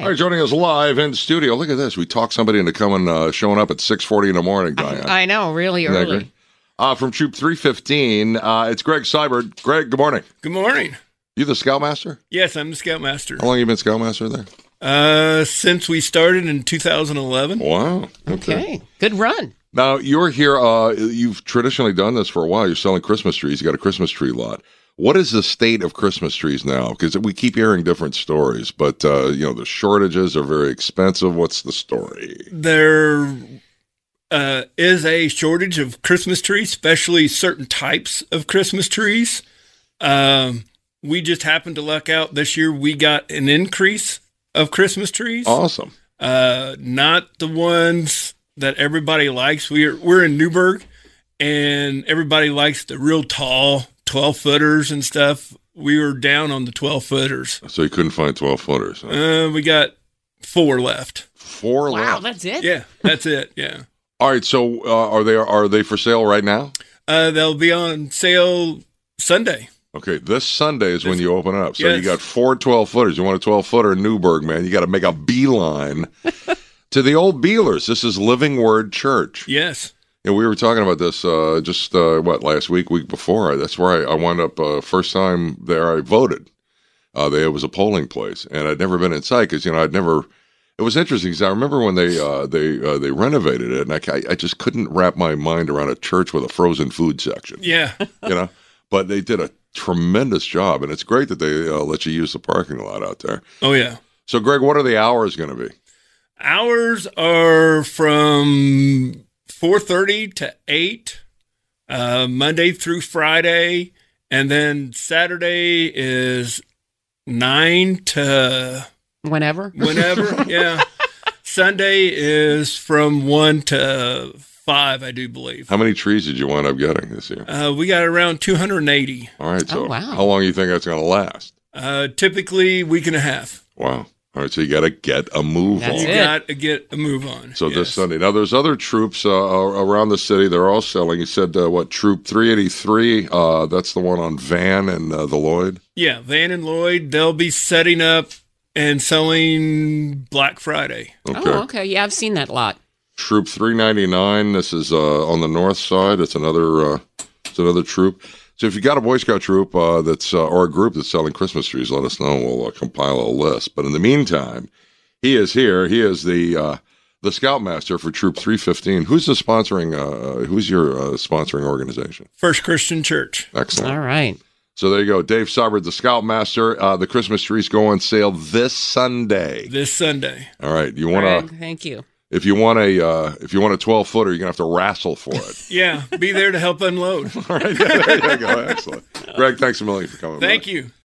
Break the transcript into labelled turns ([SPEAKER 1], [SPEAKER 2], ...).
[SPEAKER 1] All right, joining us live in studio. Look at this. We talked somebody into coming, uh, showing up at 6.40 in the morning, Diane.
[SPEAKER 2] I know, really
[SPEAKER 1] Isn't that
[SPEAKER 2] early.
[SPEAKER 1] great? Uh, from Troop 315, uh, it's Greg Seibert. Greg, good morning.
[SPEAKER 3] Good morning.
[SPEAKER 1] You the Scoutmaster?
[SPEAKER 3] Yes, I'm the Scoutmaster.
[SPEAKER 1] How long you been Scoutmaster there?
[SPEAKER 3] Uh, since we started in 2011,
[SPEAKER 1] Wow.
[SPEAKER 2] Okay. Good run.
[SPEAKER 1] Now, you're here. Uh, you've traditionally done this for a while. You're selling Christmas trees. You got a Christmas tree lot. What is the state of Christmas trees now? Because we keep hearing different stories, but, uh, you know, the shortages are very expensive. What's the story?
[SPEAKER 3] there uh, is a shortage of Christmas trees, especially certain types of Christmas trees. Um, we just happened to luck out this year. We got an increase of Christmas trees.
[SPEAKER 1] Awesome.
[SPEAKER 3] uh, not the ones that everybody likes. We're we're in Newburgh, and everybody likes the real tall twelve footers and stuff. We were down on the twelve footers.
[SPEAKER 1] So you couldn't find 12 footers. huh?
[SPEAKER 3] Uh, we got four left.
[SPEAKER 1] Four
[SPEAKER 2] Wow,
[SPEAKER 1] left.
[SPEAKER 2] that's it?
[SPEAKER 3] Yeah, that's it. Yeah,
[SPEAKER 1] All right. So uh, are they are they for sale right now?
[SPEAKER 3] uh, they'll be on sale Sunday.
[SPEAKER 1] Okay, this Sunday is when you open up. So you
[SPEAKER 3] Yes.
[SPEAKER 1] got four 12 footers. You want a 12 footer in Newburgh, man. You got to make a beeline to the old Beelers. This is Living Word Church.
[SPEAKER 3] Yes.
[SPEAKER 1] And we were talking about this uh, just uh, what last week, week before. That's where I, I wound up uh, first time there. I voted. Uh, there was a polling place, and I'd never been inside because you know I'd never. It was interesting because I remember when they uh, they uh, they renovated it, and I, ca- I just couldn't wrap my mind around a church with a frozen food section.
[SPEAKER 3] Yeah.
[SPEAKER 1] You know, but they did a tremendous job, and it's great that they uh, let you use the parking lot out there.
[SPEAKER 3] Oh yeah.
[SPEAKER 1] So, Greg, what are the hours going to be?
[SPEAKER 3] Hours are from 4:30 to 8 uh, Monday through Friday and then Saturday is 9 to
[SPEAKER 2] Whenever.
[SPEAKER 3] whenever yeah Sunday is from 1 to 5 I do believe
[SPEAKER 1] How many trees did you wind up getting this year?
[SPEAKER 3] uh, we got around 280
[SPEAKER 1] All right, so
[SPEAKER 2] Oh, wow.
[SPEAKER 1] how long do you think that's going to last?
[SPEAKER 3] uh, typically week and a half
[SPEAKER 1] Wow. All right, so you got to get a move on.
[SPEAKER 2] That's
[SPEAKER 3] you
[SPEAKER 2] it.
[SPEAKER 3] got to get a move on
[SPEAKER 1] So this
[SPEAKER 3] Yes.
[SPEAKER 1] Sunday. Now, there's other troops uh, ar- around the city. They're all selling. You said, uh, what, Troop 383? Uh, that's the one on Van and uh, the Lloyd.
[SPEAKER 3] Yeah, Van and Lloyd, they'll be setting up and selling Black Friday.
[SPEAKER 1] Okay.
[SPEAKER 2] Oh, okay. Yeah, I've seen that lot.
[SPEAKER 1] Troop 399. This is uh, on the north side. It's another, uh, it's another troop. So if you got a Boy Scout troop uh, that's uh, or a group that's selling Christmas trees, let us know. We'll uh, compile a list. But in the meantime, he is here. He is the uh, the scoutmaster for Troop 315. Who's the sponsoring? Uh, who's your uh, sponsoring organization?
[SPEAKER 3] First Christian Church.
[SPEAKER 1] Excellent.
[SPEAKER 2] All right.
[SPEAKER 1] So there you go, Dave Seibert, the Scoutmaster. Uh, the Christmas trees go on sale this Sunday.
[SPEAKER 3] This Sunday.
[SPEAKER 1] All right, you want to
[SPEAKER 2] Greg, thank you.
[SPEAKER 1] if you want a uh, if you want a twelve footer, you're gonna have to wrestle for it.
[SPEAKER 3] Yeah, be there to help unload.
[SPEAKER 1] All right, yeah, there you go. Excellent, Greg. Thanks a million for coming.
[SPEAKER 3] Thank you.